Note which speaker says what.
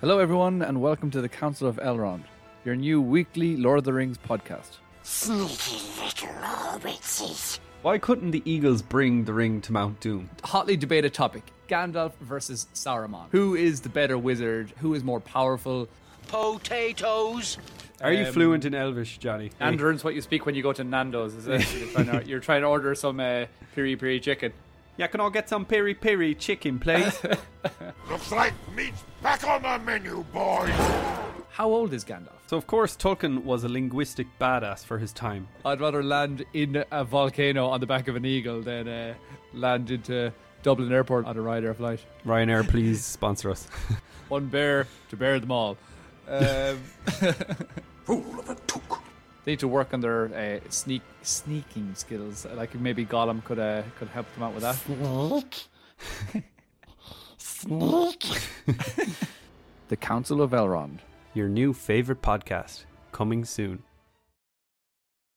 Speaker 1: Hello, everyone, and welcome to the Council of Elrond, your new weekly Lord of the Rings podcast.
Speaker 2: Sneaky little hobbitses.
Speaker 3: Why couldn't the Eagles bring the ring to Mount Doom?
Speaker 4: hotly debated topic Gandalf versus Saruman. Who is the better wizard? Who is more powerful?
Speaker 2: Potatoes.
Speaker 3: Are you fluent in Elvish, Johnny?
Speaker 5: And learns what you speak when you go to Nando's. Is it? you're, trying to, you're trying to order some uh, piri piri chicken.
Speaker 3: yeah, can I get some peri peri chicken, please?
Speaker 6: Looks like meat's back on the menu, boys!
Speaker 4: How old is Gandalf?
Speaker 3: so, of course, Tolkien was a linguistic badass for his time.
Speaker 4: I'd rather land in a volcano on the back of an eagle than uh, land into Dublin Airport on a Ryanair flight.
Speaker 3: Ryanair, please sponsor us.
Speaker 4: One bear to bear them all. Um,
Speaker 6: Fool of a took.
Speaker 4: they need to work on their uh, sneak sneaking skills. Like maybe Gollum could uh, could help them out with that.
Speaker 2: Sneak. Sneak.
Speaker 1: The Council of Elrond.
Speaker 3: Your new favorite podcast coming soon.